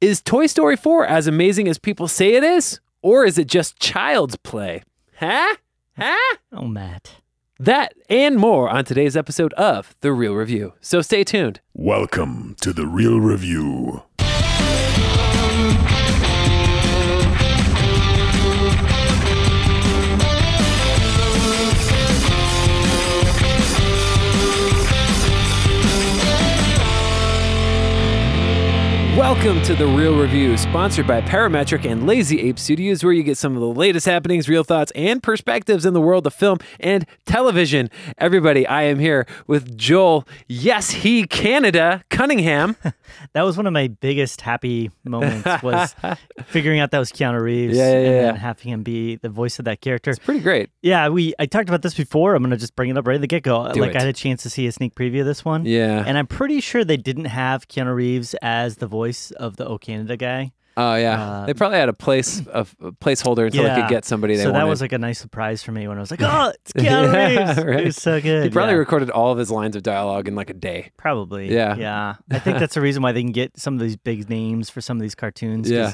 Is Toy Story 4 as amazing as people say it is? Or is it just child's play? Huh? Huh? Oh, Matt. That and more on today's episode of The Real Review. So stay tuned. Welcome to the Real Review. Welcome to The Real Review, sponsored by Parametric and Lazy Ape Studios, where you get some of the latest happenings, real thoughts, and perspectives in the world of film and television. Everybody, I am here with Joel, yes, he, Canada, Cunningham. That was one of my biggest happy moments was figuring out that was Keanu Reeves Yeah, yeah, and then yeah. having him be the voice of that character. Pretty great. Yeah, we I talked about this before. I'm gonna just bring it up right at the get go. Do Like it. I had a chance to see a sneak preview of this one. Yeah. And I'm pretty sure they didn't have Keanu Reeves as the voice of the O Canada guy. Oh yeah, Uh, they probably had a place of a placeholder until they could get somebody they so wanted. that was like a nice surprise for me when I was like, "Oh, it's Keanu Yeah, Reeves! right. It was so good." he probably Yeah. recorded all of his lines of dialogue in like a day. Probably. Yeah. Yeah. I think that's the reason why they can get some of these big names for some of these cartoons. 'cause Yeah.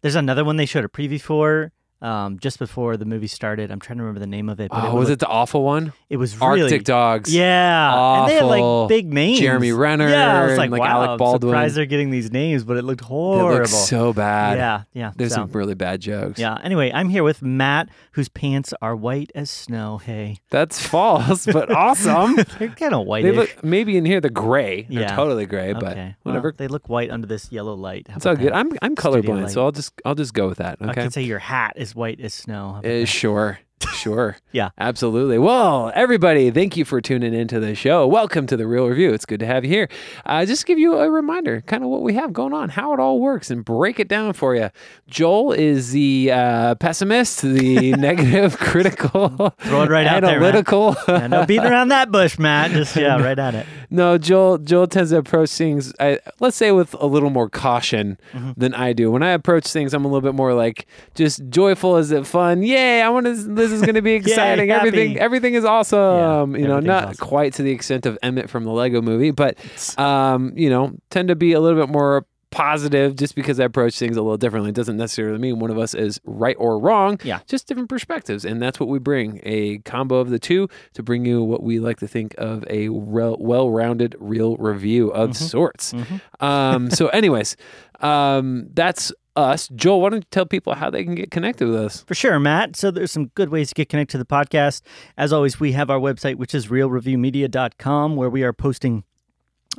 There's another one they showed a preview for um, just before the movie started. I'm trying to remember the name of it. But Oh, it was like- it the awful one? It was really. Arctic Dogs. Yeah. And they had Awful. like big names. Jeremy Renner Yeah. I was like, and, like, wow, Alec Baldwin. I'm surprised they're getting these names, but it looked It horrible. looks so bad. yeah. Yeah. there's so, some really bad jokes. yeah. Anyway, I'm here with Matt, whose pants are white as snow. Hey, that's false, but awesome. they're kind of white. they look maybe in here the gray. They're Yeah. totally gray, but okay. Well, whatever. they look white under this yellow light. How it's about all good. that? I'm I'm colorblind, light. so I'll just I'll just go with that. I Okay. could say your hat is white as snow. How about Uh, sure. Sure. Yeah. Absolutely. Well, everybody, thank you for tuning into the show. Welcome to the Real Review. It's good to have you here. Uh, just to give you a reminder, kind of what we have going on, how it all works, and break it down for you. Joel is the uh, pessimist, the negative, critical, Throw it right out there, man. analytical. that? Yeah, no beating around that bush, Matt. Just yeah, right at it. No, Joel. Joel tends to approach things, I, let's say, with a little more caution than I do. When I approach things, I'm a little bit more like just joyful. Is it fun? Yay! I want to. This is going to be exciting. everything. happy. Everything is awesome. Yeah, Um, you know, everything's not awesome. quite to the extent of Emmett from the Lego Movie, but um, you know, tend to be a little bit more positive just because I approach things a little differently. It doesn't necessarily mean one of us is right or wrong. Yeah. Just different perspectives. And that's what we bring a combo of the two to bring you what we like to think of a rel- well rounded, real review of Mm-hmm. sorts. Um, so, anyways, um, that's us. Joel, why don't you tell people how they can get connected with us? For sure, Matt. So there's some good ways to get connected to the podcast. As always, we have our website, which is realreviewmedia.com, where we are posting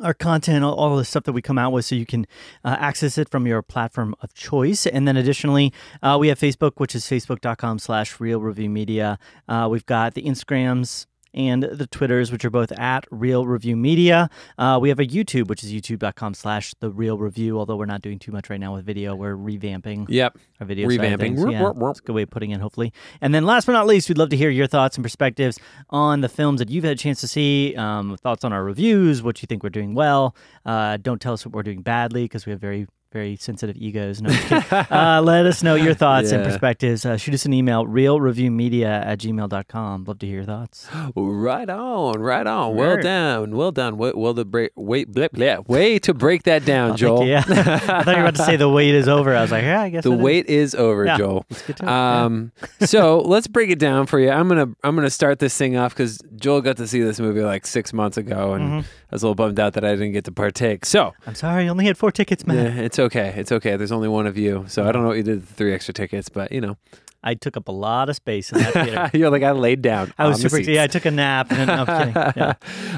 our content, all, all the stuff that we come out with, so you can uh, access it from your platform of choice. And then additionally, uh, we have Facebook, which is facebook.com slash real review media. Uh, we've got the Instagrams and the Twitters, which are both at Real Review Media. Uh, we have a YouTube, which is youtube.com slash the Real Review, although we're not doing too much right now with video. We're revamping Yep. our video side of Revamping. things. Whoop, Yeah, whoop, whoop. it's a good way of putting in, hopefully. And then last but not least, we'd love to hear your thoughts and perspectives on the films that you've had a chance to see, um, thoughts on our reviews, what you think we're doing well. Uh, don't tell us what we're doing badly because we have very very sensitive egos. No, I'm just kidding. uh, let us know your thoughts and Yeah. perspectives. Uh, shoot us an email, realreviewmedia at gmail.com. Love to hear your thoughts. Right on, right on. Well Word. done, well done. Well, well the break, wait, blip, blip. way to break that down, Joel. Yeah. I thought you were about to say the wait is over. I was like, yeah, I guess the it is. wait is over, Yeah, Joel. get to it, yeah. Um, so let's break it down for you. I'm gonna I'm gonna start this thing off because Joel got to see this movie like six months ago, and I was a little bummed out that I didn't get to partake. So I'm sorry, I only had four tickets, man. yeah, it's okay, it's okay. There's only one of you, so I don't know what you did with the three extra tickets, but you know, I took up a lot of space in that theater. you're like I laid down. I was on the super seats. Yeah, I took a nap. And then, no, I'm kidding. Yeah.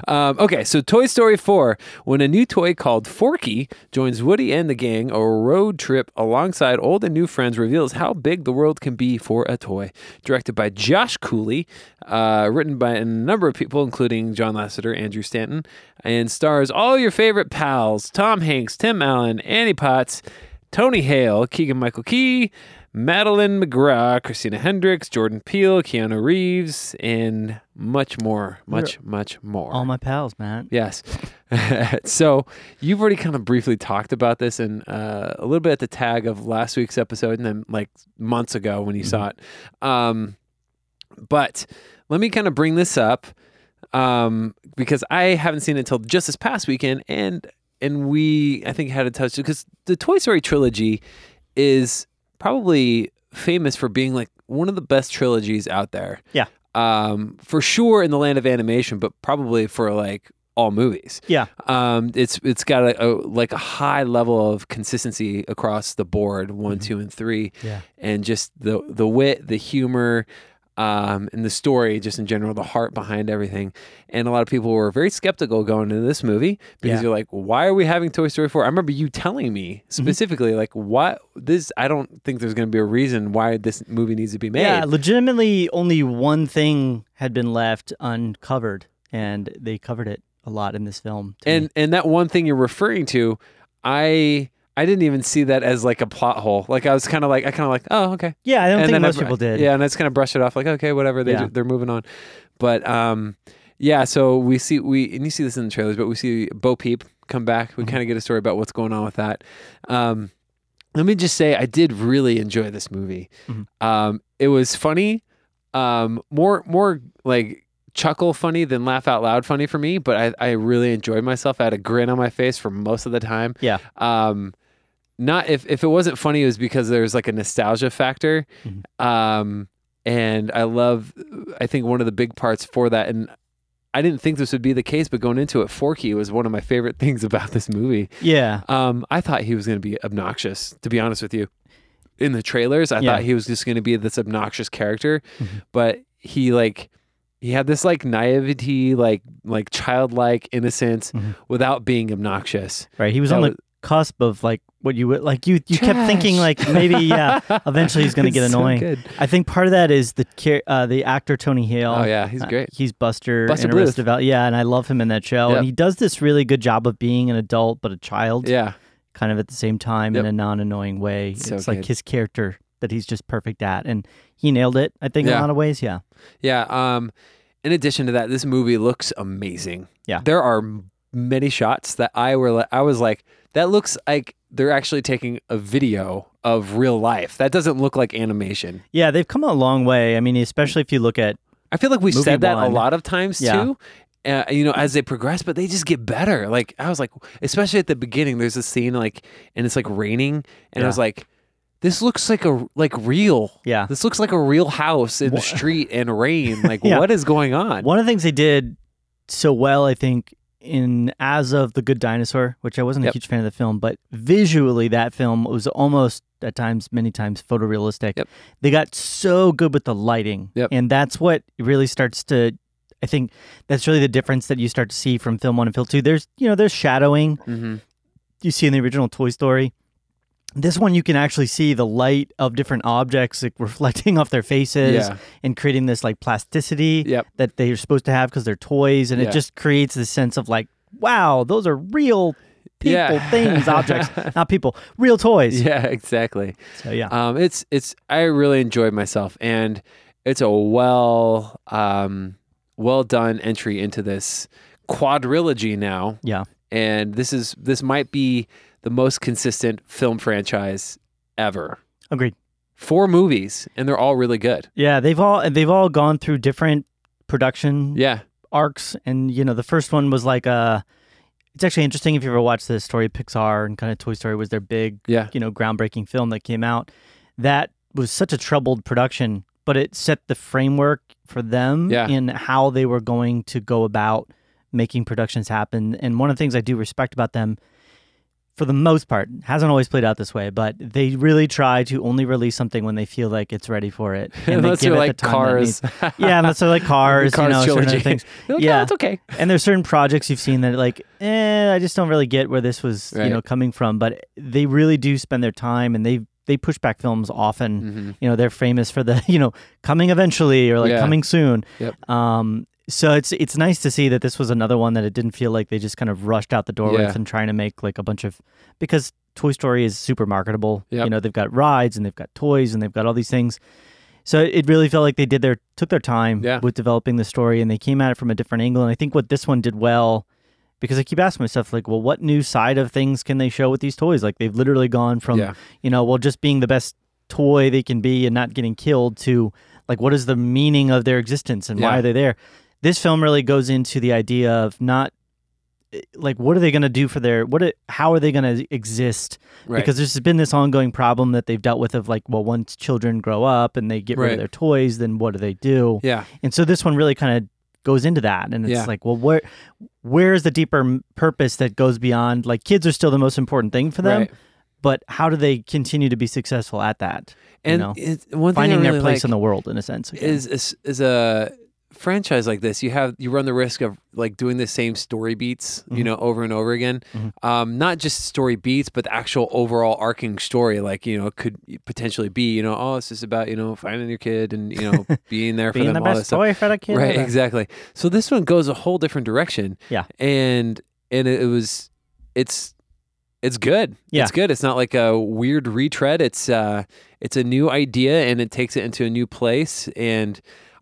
Um, okay, so Toy Story 4. When a new toy called Forky joins Woody and the gang, a road trip alongside old and new friends reveals how big the world can be for a toy. Directed by Josh Cooley, uh, written by a number of people, including John Lasseter, Andrew Stanton, and stars all your favorite pals Tom Hanks, Tim Allen, Annie Potts, Tony Hale, Keegan Michael Key. Madeline McGraw, Christina Hendricks, Jordan Peele, Keanu Reeves, and much more, much, much more. All my pals, man. Yes. so you've already kind of briefly talked about this in uh, a little bit at the tag of last week's episode and then like months ago when you saw it. Um, but let me kind of bring this up um, because I haven't seen it until just this past weekend. And and we I think had a touch because the Toy Story trilogy is probably famous for being like one of the best trilogies out there. Yeah. Um, for sure in the land of animation, but probably for like all movies. Yeah. Um, it's it's got a, a like a high level of consistency across the board, one, two, and three, Yeah. and just the the wit, the humor, um, and the story, just in general, the heart behind everything. And a lot of people were very skeptical going into this movie because Yeah. you're like, why are we having Toy Story four? I remember you telling me specifically, like, what this? I don't think there's going to be a reason why this movie needs to be made. Yeah, legitimately, only one thing had been left uncovered, and they covered it a lot in this film. to me. and and that one thing you're referring to i i didn't even see that as like a plot hole like i was kind of like i kind of like oh okay yeah, I don't and think then most I- people did. yeah and i just kind of brushed it off like okay whatever they Yeah. ju- they're moving on but um yeah so we see we and you see this in the trailers but we see bo peep come back Mm-hmm. we kind of get a story about what's going on with that um let me just say i did really enjoy this movie Mhm. um it was funny um more more like chuckle funny than laugh out loud funny for me, but I, I really enjoyed myself. I had a grin on my face for most of the time. Yeah. Um, not if, if it wasn't funny, it was because there's like a nostalgia factor. Um, and I love, I think one of the big parts for that, and I didn't think this would be the case, but going into it, Forky was one of my favorite things about this movie. Yeah. Um, I thought he was going to be obnoxious, to be honest with you. In the trailers, I Yeah. Mm-hmm. thought he was just going to be this obnoxious character, but he like he had this like naivety, like like childlike innocence Mhm. without being obnoxious. Right. He was That on the was- cusp of like what you would like. You you kept thinking Trash. like maybe yeah, eventually he's going to It's get so annoying. good. I think part of that is the char- uh, the actor Tony Hale. Oh yeah, he's Uh, great. he's Buster, Buster in Bluth. Arrested Development. Yeah, and I love him in that show. Yep. And he does this really good job of being an adult but a child, Yeah, kind of at the same time Yep. in a non-annoying way. It's, so like good. his character that he's just perfect at, and he nailed it. I think in Yeah. a lot of ways. Yeah, yeah. Um, in addition to that, this movie looks amazing. Yeah. there are m- many shots that I were li- I was like, that looks like they're actually taking a video of real life. That doesn't look like animation. yeah, they've come a long way. I mean, especially if you look at I feel like we've Movie said that a one. lot of times Yeah. too. Uh, you know, as they progress, but they just get better. Like I was like, especially at the beginning, there's a scene like, and it's like raining, and I was like, this looks like a like real. Yeah. this looks like a real house in the street and rain. Like, Yeah. what is going on? One of the things they did so well, I think, in as of the Good Dinosaur, which I wasn't Yep. a huge fan of the film, but visually that film was almost at times, many times, photorealistic. Yep. They got so good with the lighting, Yep. and that's what really starts to. I think that's really the difference that you start to see from film one and film two. There's you know there's shadowing hmm you see in the original Toy Story. This one you can actually see the light of different objects like, reflecting off their faces Yeah. and creating this like plasticity Yep. that they're supposed to have because they're toys, and Yeah. it just creates this sense of like, wow, those are real people, Yeah. things, objects, not people, real toys. Yeah, exactly. So yeah, Um, it's it's I really enjoyed myself, and it's a well um, well done entry into this quadrilogy now. yeah, and this is this might be the most consistent film franchise ever. agreed. Four movies, and they're all really good. Yeah, they've all they've all gone through different production Yeah, arcs, and you know, the first one was like a. It's actually interesting if you ever watched the story of Pixar and kind of Toy Story was their big yeah, you know groundbreaking film that came out that was such a troubled production but it set the framework for them Yeah. in how they were going to go about making productions happen and one of the things i do respect about them for the most part hasn't always played out this way but they really try to only release something when they feel like it's ready for it and they Unless give you're it like the time that it Cars. needs- yeah unless they're like cars, Cars you know certain trilogy. other things They're like, Yeah. oh, it's okay. and there's certain projects you've seen that like, eh, I just don't really get where this was, Right. you know, coming from. But they really do spend their time, and they they push back films often. You know, they're famous for the you know coming eventually or like Mm-hmm. Yeah. coming soon. Yep. Um, so it's it's nice to see that this was another one that it didn't feel like they just kind of rushed out the door Yeah. with and trying to make like a bunch of because Toy Story is super marketable. Yep. You know, they've got rides and they've got toys and they've got all these things. So it really felt like they did their took their time Yeah. with developing the story and they came at it from a different angle. And I think what this one did well, because I keep asking myself, like, well, what new side of things can they show with these toys? Like they've literally gone from, Yeah. you know, well, just being the best toy they can be and not getting killed to like what is the meaning of their existence and Yeah. why are they there? This film really goes into the idea of not eh, like what are they going to do for their what? Are, how are they going to exist? Right. Because there's been this ongoing problem that they've dealt with of like, well, once children grow up and they get rid Right. of their toys, then what do they do? yeah. And so this one really kind of goes into that, and it's Yeah. like, well, where where is the deeper m- purpose that goes beyond like kids are still the most important thing for them, Right. but how do they continue to be successful at that? And you know, it's, one thing I finding really their place like in the world in a sense. again. is, is is a franchise like this you have you run the risk of like doing the same story beats Mm-hmm. you know over and over again um not just story beats but the actual overall arcing story like you know it could potentially be you know oh it's just about you know finding your kid and you know being there for being them the all that best stuff toy for the kid. right exactly so this one goes a whole different direction Yeah. and and it, it was it's it's good Yeah. it's good it's not like a weird retread it's uh it's a new idea and it takes it into a new place and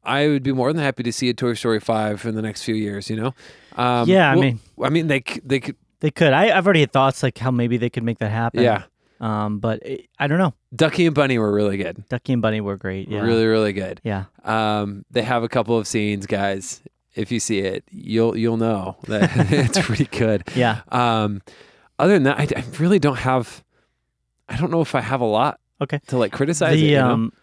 i would be more than happy to see a toy story 5 in the next few years you know um Yeah, I well, mean- i mean they c- they could They could. I, I've already had thoughts like how maybe they could make that happen. yeah Um, but it, I don't know. ducky and bunny were really good Ducky and Bunny were great. Yeah. really really good Yeah. um they have a couple of scenes guys if you see it you'll you'll know that it's pretty good Yeah. Um, other than that, I, I really don't have. I don't know if I have a lot Okay. to like criticize. it, the you know? um,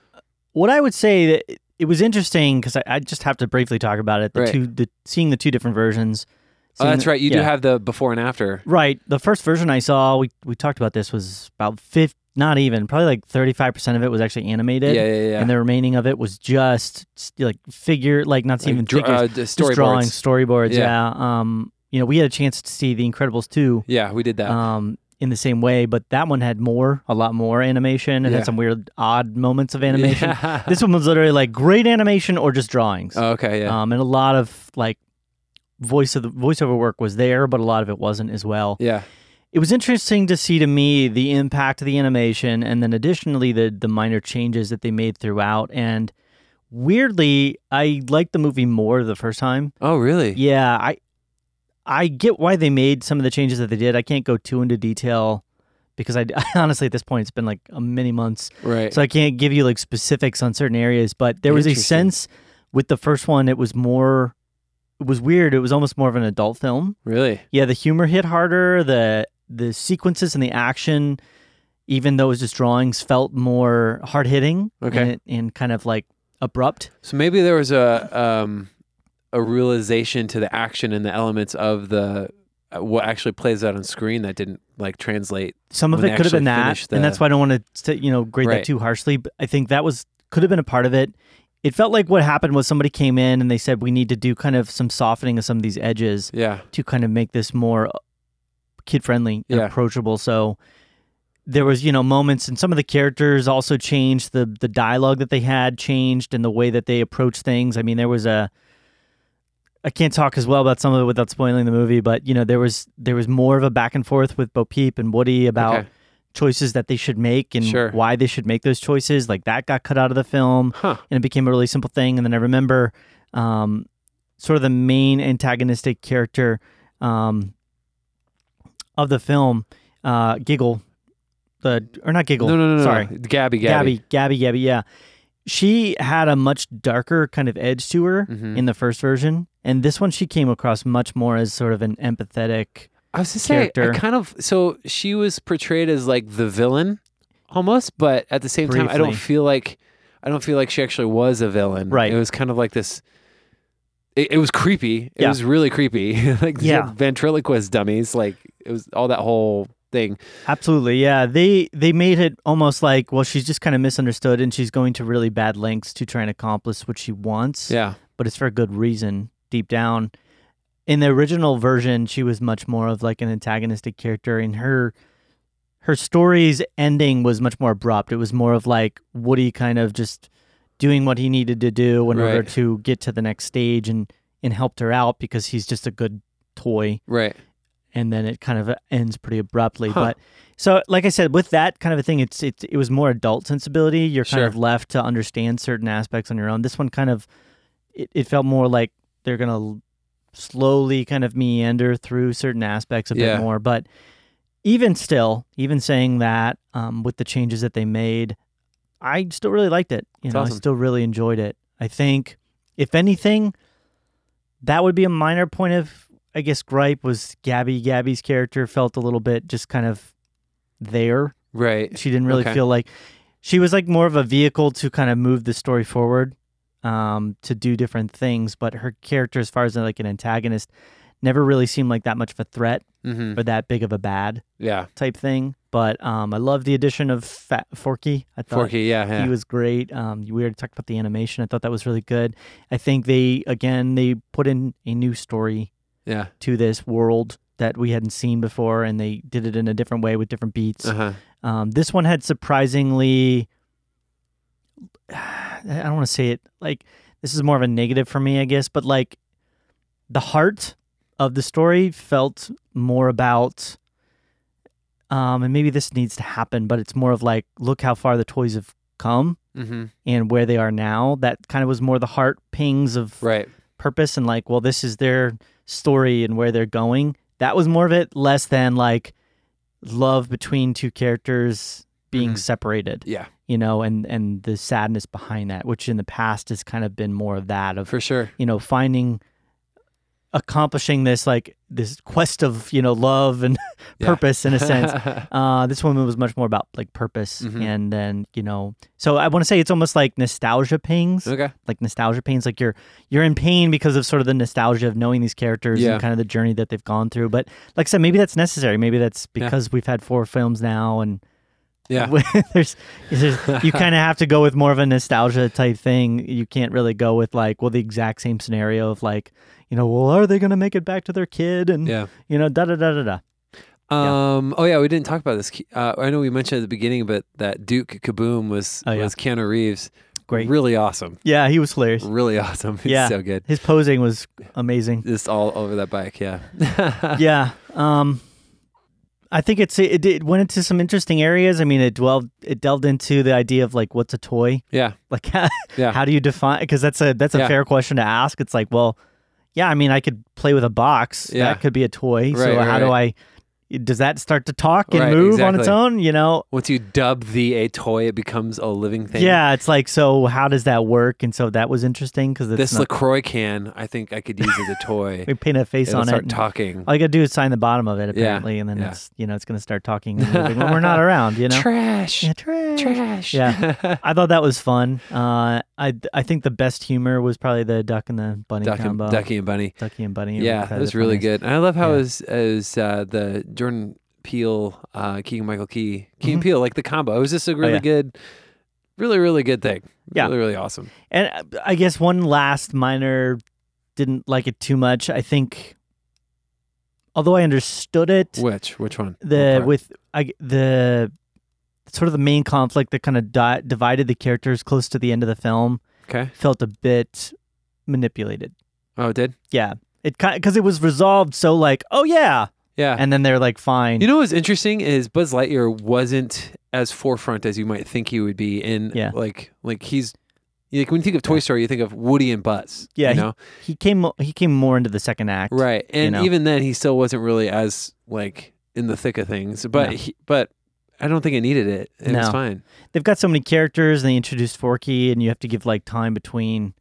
what I would say that it- it was interesting because I, I just have to briefly talk about it. The Right. two, the seeing the two different versions. oh, seeing that's the- right. You do yeah. have the before and after. Right. The first version I saw, we we talked about this was about fifth, not even probably like thirty five percent of it was actually animated. yeah, yeah, yeah. And the remaining of it was just s- like figure, like not even like, dr- figures, uh, d- just drawing storyboards. storyboards. Yeah. Yeah. Um, you know, we had a chance to see The Incredibles 2 Yeah, we did that. um, in the same way, but that one had more, a lot more animation. It Yeah. had some weird, odd moments of animation. Yeah. This one was literally like great animation or just drawings. Oh, okay, yeah, Um, and a lot of like voice of the voiceover work was there, but a lot of it wasn't as well. yeah, It was interesting to see to me the impact of the animation and then additionally the the minor changes that they made throughout and weirdly I liked the movie more the first time. Oh, really? Yeah, I I get why they made some of the changes that they did. I can't go too into detail because I honestly at this point it's been like uh, many months Right. so I can't give you like specifics on certain areas, but there was a Interesting. sense with the first one it was more it was weird, it was almost more of an adult film. really? Yeah, the humor hit harder, the the sequences and the action even though it was just drawings felt more hard hitting Okay. and, and kind of like abrupt. So maybe there was a um a realization to the action and the elements of the uh, what actually plays out on screen that didn't like translate. Some of When it could have actually been that, finished the- and that's why I don't want to you know grade Right. that too harshly. But I think that was could have been a part of it. It felt like what happened was somebody came in and they said we need to do kind of some softening of some of these edges, Yeah. to kind of make this more kid friendly and Yeah. approachable. So there was, you know, moments and some of the characters also changed the the dialogue that they had changed and the way that they approached things. I mean, there was a I can't talk as well about some of it without spoiling the movie, but you know, there was there was more of a back and forth with Bo Peep and Woody about Okay. choices that they should make and Sure. why they should make those choices. Like that got cut out of the film Huh. and it became a really simple thing. And then I remember um, sort of the main antagonistic character um, of the film, uh, Giggle, the or not Giggle, No, no, no, no. sorry, Gabby, Gabby. Gabby, Gabby, Gabby, yeah. She had a much darker kind of edge to her Mhm. in the first version, and this one she came across much more as sort of an empathetic. I was to say, I character. kind of so she was portrayed as like the villain almost, but at the same time, I don't Briefly. feel like I don't feel like she actually was a villain. Right. It was kind of like this. It, it was creepy. It Yeah. was really creepy. like these Yeah. were ventriloquist dummies. Like it was all that whole thing. Absolutely, yeah. They they made it almost like well, she's just kind of misunderstood, and she's going to really bad lengths to try and accomplish what she wants. Yeah. but it's for a good reason deep down. In the original version, she was much more of like an antagonistic character, and her her story's ending was much more abrupt. It was more of like Woody kind of just doing what he needed to do in order Right. to get to the next stage and and helped her out because he's just a good toy Right. and then it kind of uh, ends pretty abruptly. Huh. But so, like I said, with that kind of a thing, it's it, it was more adult sensibility. You're kind Sure. of left to understand certain aspects on your own. This one kind of it, it felt more like they're gonna l- slowly kind of meander through certain aspects a Yeah. bit more. But even still, even saying that, um, with the changes that they made, I still really liked it. You That's know, awesome. I still really enjoyed it. I think, if anything, that would be a minor point of I guess gripe was Gabby. Gabby's character felt a little bit just kind of there. Right. She didn't really Okay. feel like she was like more of a vehicle to kind of move the story forward, um, to do different things. But her character, as far as like an antagonist, never really seemed like that much of a threat hmm or that big of a bad Yeah. type thing. But um, I love the addition of Fat Forky. I thought Forky. Yeah. yeah. he was great. Um, we already talked about the animation. I thought that was really good. I think they again they put in a new story yeah. to this world that we hadn't seen before, and they did it in a different way with different beats. Uh huh. Um, this one had surprisingly, I don't want to say it like this is more of a negative for me, I guess, but like the heart of the story felt more about, um, and maybe this needs to happen, but it's more of like, look how far the toys have come hmm and where they are now. That kind of was more the heart pings of Right. purpose and like, well, this is their story and where they're going. That was more of it, less than like love between two characters being Mhm. separated, Yeah. you know, and and the sadness behind that, which in the past has kind of been more of that of For sure. you know finding accomplishing this like this quest of you know love and Yeah. purpose in a sense uh, this woman was much more about like purpose Mhm. and then you know so i want to say it's almost like nostalgia pings okay. like nostalgia pains like you're you're in pain because of sort of the nostalgia of knowing these characters Yeah. and kind of the journey that they've gone through but like i said maybe that's necessary maybe that's Yeah. because we've had four films now and Yeah. there's, there's you kind of have to go with more of a nostalgia type thing you can't really go with like well the exact same scenario of like you know well are they going to make it back to their kid and Yeah. you know da da da da da Um. Oh yeah, we didn't talk about this. Uh, I know we mentioned at the beginning, but that Duke Kaboom was Oh, yeah. was Keanu Reeves. great Really awesome. yeah he was hilarious Really awesome. He's Yeah. so good. his posing was amazing Just all over that bike. Yeah. yeah. Um, I think it's it, it went into some interesting areas. I mean, it dwelled it delved into the idea of like what's a toy, yeah. like how, Yeah. do you define? Because that's a that's a Yeah. fair question to ask. It's like, well, yeah, I mean, I could play with a box. Yeah. That could be a toy. so Right, how do I? Does that start to talk and Right, move on its exactly. own? You know, Once you dub the a toy, it becomes a living thing. yeah. It's like, so how does that work? And so that was interesting because This it's not, Lacroix can, I think I could use as a toy. we paint a face It'll on start it. Oh, and- talking. all you gotta do is sign the bottom of it Yeah, apparently, and then yeah. it's you know it's gonna start talking and moving when we're not around. You know, Trash. Yeah, trash. Trash. Yeah. I thought that was fun. Uh, I I think the best humor was probably the duck and the bunny Duck and, combo. Ducky and Bunny. Ducky and bunny. Yeah, that was really good. And I love how Yeah. it was, it was uh, the Jordan Peele, uh, Keegan Michael Key, Keegan Mhm. Peele, like the combo. It was just a really Oh, yeah. good, really, really good thing. Yeah. Really, really awesome. And uh, I guess one last minor didn't like it too much. I think, although I understood it, Which, which one? What the part? with I g the sort of the main conflict that kind of di- divided the characters close to the end of the film okay. felt a bit manipulated. Oh, it did? Yeah. It kind because it was resolved so like oh yeah, Yeah. and then they're like fine. You know what's interesting is Buzz Lightyear wasn't as forefront as you might think he would be in Yeah. like like he's like when you think of Toy Story, you think of Woody and Buzz. Yeah, You he- know? he came he came more into the second act. right. And know. even then he still wasn't really as like in the thick of things. But No. he, but I don't think it needed it. It was No. fine. They've got so many characters and they introduced Forky and you have to give like time between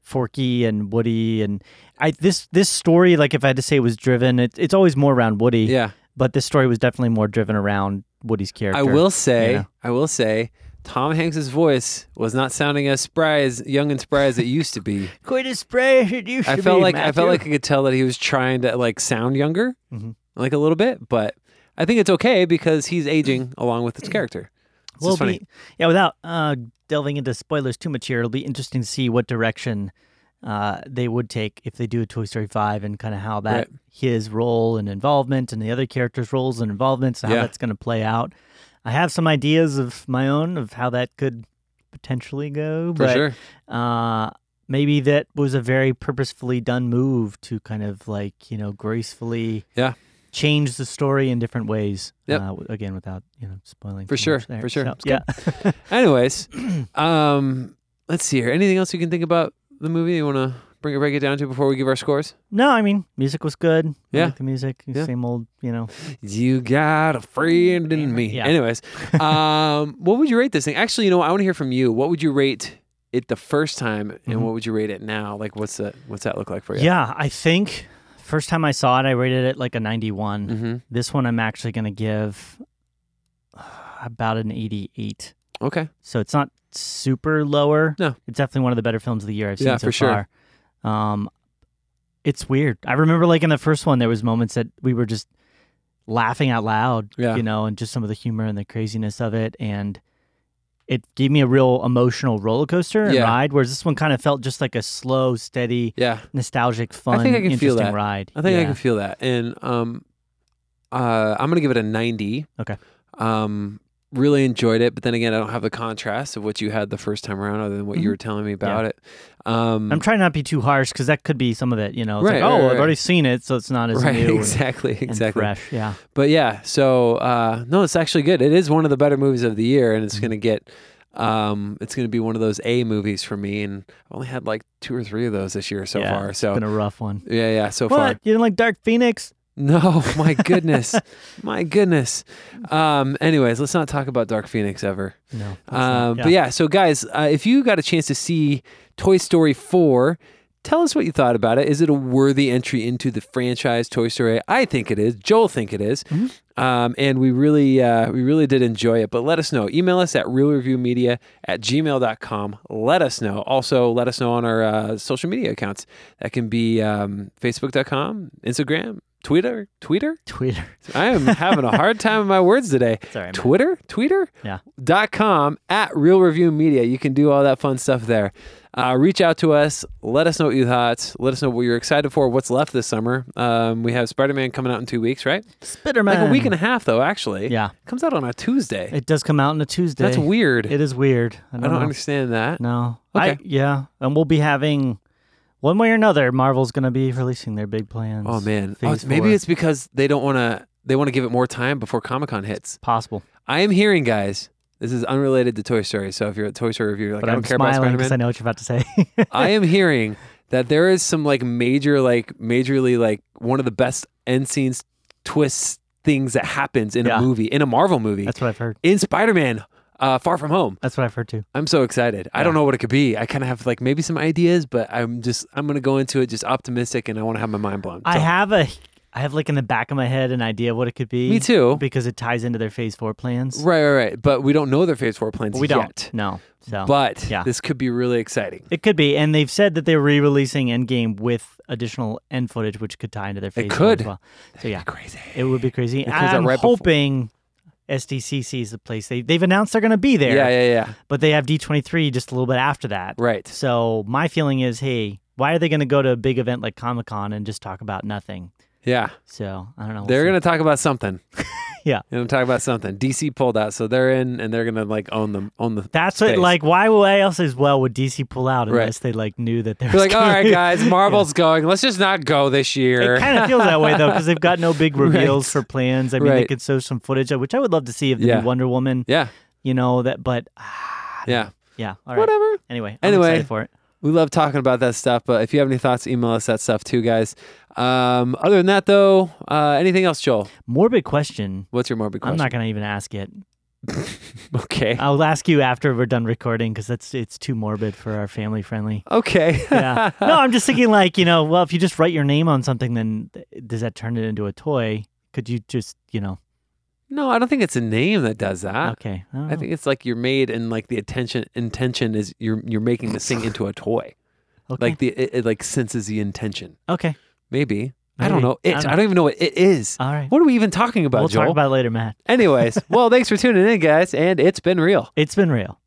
Forky and Woody and I this this story like if I had to say it was driven it, it's always more around Woody, Yeah. but this story was definitely more driven around Woody's character. I will say Yeah. I will say Tom Hanks's voice was not sounding as spry as young and spry as it used to be. quit a spray you I should felt be, like I felt Matthew. like I could tell that he was trying to like sound younger, Mhm. like a little bit. But I think it's okay because he's aging along with his character. It's Well, just funny. be, yeah, without uh, delving into spoilers too much here, it'll be interesting to see what direction uh, they would take if they do a Toy Story 5 and kind of how that Right. his role and involvement and the other characters' roles and involvements, and how Yeah. that's going to play out. I have some ideas of my own of how that could potentially go, for but sure. uh, maybe that was a very purposefully done move to kind of like, you know, gracefully Yeah. change the story in different ways. Yep. Uh, w- again, without, you know, spoiling. For too sure, much there. for sure. So, It's good. yeah. Anyways, um, let's see here. Anything else you can think about the movie? You want to bring it break it down to before we give our scores? No, I mean music was good. I Yeah. like the music, Yeah. same old, you know. You got a friend in me. Yeah. Anyways, um, what would you rate this thing? Actually, you know, what? I want to hear from you. What would you rate? It the first time, and Mhm. what would you rate it now? Like, what's that? What's that look like for you? Yeah, I think First time I saw it, I rated it like a 91. Mm-hmm. This one I'm actually going to give uh, about an 88. Okay. So it's not super lower. No. It's definitely one of the better films of the year I've seen Yeah, so for sure. far. Um it's weird. I remember like in the first one there was moments that we were just laughing out loud, Yeah. you know, and just some of the humor and the craziness of it and it gave me a real emotional roller coaster and Yeah. ride, whereas this one kind of felt just like a slow, steady, Yeah. nostalgic, fun, think I can feel interesting that. ride. I think I Yeah. can feel that. And um uh I'm gonna give it a ninety. Okay. Um really enjoyed it, but then again I don't have the contrast of what you had the first time around other than what Mhm. you were telling me about it. Um I'm trying not to be too harsh because that could be some of it, you know. It's Right, like, oh, right, well, right. I've already seen it, so it's not as Right, new and- exactly, and exactly. fresh. Yeah. But yeah, so uh, no, it's actually good. It is one of the better movies of the year, and it's Mhm. gonna get, um, it's gonna be one of those A movies for me. And I've only had like two or three of those this year so Yeah, far. It's So been a rough one. yeah, yeah, so what? far. You didn't like Dark Phoenix? No, my goodness, my goodness. Um, anyways, let's not talk about Dark Phoenix ever. No. that's not- Um, But yeah, so guys, uh, if you got a chance to see Toy Story 4, tell us what you thought about it. Is it a worthy entry into the franchise Toy Story? I think it is. Joel think it is. Mm-hmm. Um, and we really, uh, we really did enjoy it. But let us know. Email us at realreviewmedia at gmail.com. Let us know. Also, let us know on our uh, social media accounts. That can be um, facebook.com, Instagram, Twitter, Twitter. Twitter. I am having a hard time with my words today. Sorry. man. Twitter, Twitter, Yeah. dot com at Real Review Media. You can do all that fun stuff there. Uh, reach out to us. Let us know what you thought. Let us know what you're excited for. What's left this summer? Um, we have Spider Man coming out in two weeks, right? Spiderman. Like a week and a half, though. Actually, Yeah. comes out on a Tuesday. It does come out on a Tuesday. That's weird. It is weird. I I don't, don't know. understand that. No. Okay. I, yeah. And we'll be having, one way or another, Marvel's going to be releasing their big plans. Oh man. Oh, Phase it's- maybe four. it's because they don't want to. They want to give it more time before Comic Con hits. Possible. I am hearing, guys. This is unrelated to Toy Story. So if you're a Toy Story reviewer, like But I don't I'm care about smiling Spider because Man. I know what you're about to say. I am hearing that there is some like major, like majorly, like one of the best end scenes twists things that happens in Yeah. a movie, in a Marvel movie, That's what I've heard. in Spider Man, uh, Far From Home. That's what I've heard too. I'm so excited. I don't know what it could be. I kind of have like maybe some ideas, but I'm just I'm gonna go into it just optimistic, and I want to have my mind blown. I So, have a, I have like in the back of my head an idea of what it could be. me too. Because it ties into their phase four plans. Right, right, right. But we don't know their Phase Four plans We don't. yet. No. So. But Yeah. this could be really exciting. It could be, and they've said that they're re-releasing Endgame with additional end footage, which could tie into their phase one could. as well. So yeah, Crazy. it would be crazy. comes out I'm right before- hoping SDCC is the place they they've announced they're going to be there, Yeah, yeah, yeah. but they have D23 just a little bit after that. Right. So my feeling is, hey, why are they going to go to a big event like Comic Con and just talk about nothing? Yeah. So I don't know. They're gonna talk about something. Yeah. they're gonna talk about something. DC pulled out, so they're in, and they're gonna like own them, own the. That's what, space. like, why why else as well would DC pull out Right. unless they like knew that there They're was like, all gonna right, be- guys, Marvel's going. Let's just not go this year. It kind of feels that way though because they've got no big reveals Right. for plans. I mean, they Right. could show some footage, which I would love to see of the Yeah. new Wonder Woman. yeah, You know that, but ah, yeah, yeah. All right. whatever. Anyway, I'm Anyway. excited for it. We love talking about that stuff, but if you have any thoughts, email us that stuff too, guys. Um, other than that, though, uh, anything else, Joel? Morbid question. What's your morbid I'm question? not gonna even ask it. okay. I'll ask you after we're done recording because that's it's too morbid for our family friendly. okay. Yeah. no, I'm just thinking like you know, well, if you just write your name on something, then th- does that turn it into a toy? Could you just you know? no, I don't think it's a name that does that. Okay. I, don't I know. think it's like you're made, and like the attention intention is you're you're making this thing into a toy. Oh, Okay. Like the it, it like senses the intention. okay. Maybe. I don't Maybe. know. It. I don't, even know what it is. All right. What are we even talking about, we'll Joel? talk about it later, Matt. Anyways, well, thanks for tuning in, guys, and it's been real. It's been real.